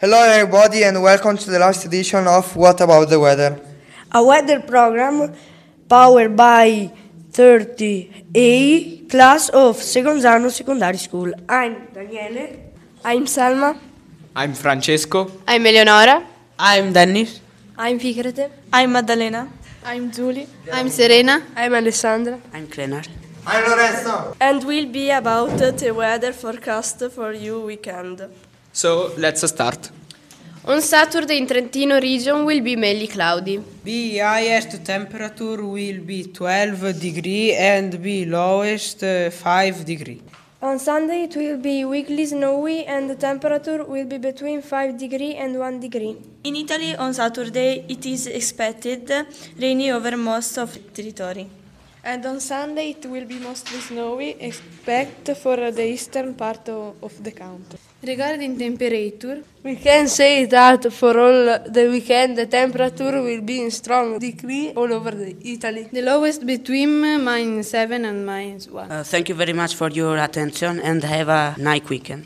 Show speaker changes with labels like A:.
A: Hello, everybody, and welcome to the last edition of What About the Weather.
B: a weather program powered by 30A class of second anno secondary school. I'm Daniele. I'm Salma.
C: I'm Francesco.
D: I'm Eleonora.
E: I'm Dennis.
D: I'm Fikrete.
F: I'm Maddalena.
D: I'm Julie. I'm Serena.
B: I'm Alessandra.
E: I'm Clenar.
A: I'm Lorenzo.
F: And we'll be about the weather forecast for you weekend.
C: So let's start.
D: On Saturday in Trentino region will be mainly cloudy.
E: The highest temperature will be 12 degree and the lowest uh, 5 degree.
G: On Sunday, it will be weekly snowy and the temperature will be between 5 degree and 1 degree.
F: In Italy, on Saturday, it is expected rainy over most of territory.
H: And on Sunday it will be mostly snowy, except for the eastern part o- of the country.
D: Regarding temperature,
H: We can say that for all the weekend the temperature will be in strong degree all over the Italy.
D: the lowest between minus 7 and minus 1.
E: Uh, thank you very much for your attention and have a nice weekend.